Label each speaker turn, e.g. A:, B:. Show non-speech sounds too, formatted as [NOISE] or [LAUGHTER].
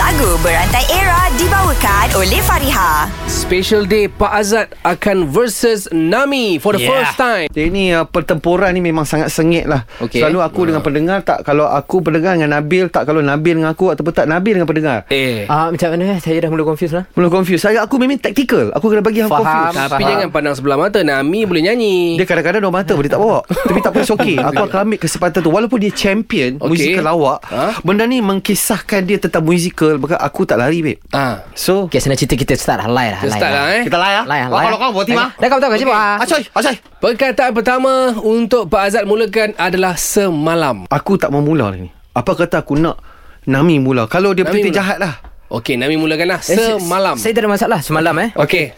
A: Lagu Berantai Era dibawakan oleh Fariha.
B: Special day Pak Azad akan versus Nami for the
C: Yeah.
B: first time.
D: Dia ni uh, pertempuran ni memang sangat sengit lah.
B: Okey. Ah.
D: Selalu aku dengan pendengar tak kalau aku pendengar dengan Nabil tak kalau Nabil dengan aku ataupun tak Nabil dengan pendengar.
B: Eh.
C: Ah, macam mana? Saya dah mula confuse lah.
D: Mula confuse. Saya aku memang tactical. Aku kena bagi hang
C: Faham.
D: confuse.
B: Tapi
C: faham.
B: jangan pandang sebelah mata. Nami boleh nyanyi.
D: kan- Dia kadang-kadang dua mata boleh tak
B: [LAUGHS]
D: bawa Tapi tak apa it's okay Aku akan ambil kesempatan tu Walaupun dia champion
B: Okey.
D: okay. Musikal lawak
B: Ha?
D: ha? Benda ni mengkisahkan dia tentang musikal Bukan aku tak lari babe
B: Ah.
D: So
C: Okay, senang cerita kita start lah. Lai lah.
B: Kita start lah, eh.
D: Kita layak
C: Lai lah.
D: Wah, Kalau kau buat ah. timah
C: Dah kau tahu ke siapa?
D: Acoy Acoy
B: Perkataan pertama untuk Pak Azad mulakan adalah semalam.
D: Aku tak mau mula ni Apa kata aku nak Nami mula Kalau dia
B: Nami
D: betul
B: mula.
D: jahat lah
B: Okey, Nami mulakan lah
C: Eh, saya-
B: semalam.
C: Saya tak ada masalah. Semalam
B: [LAUGHS]
C: eh.
B: Okey.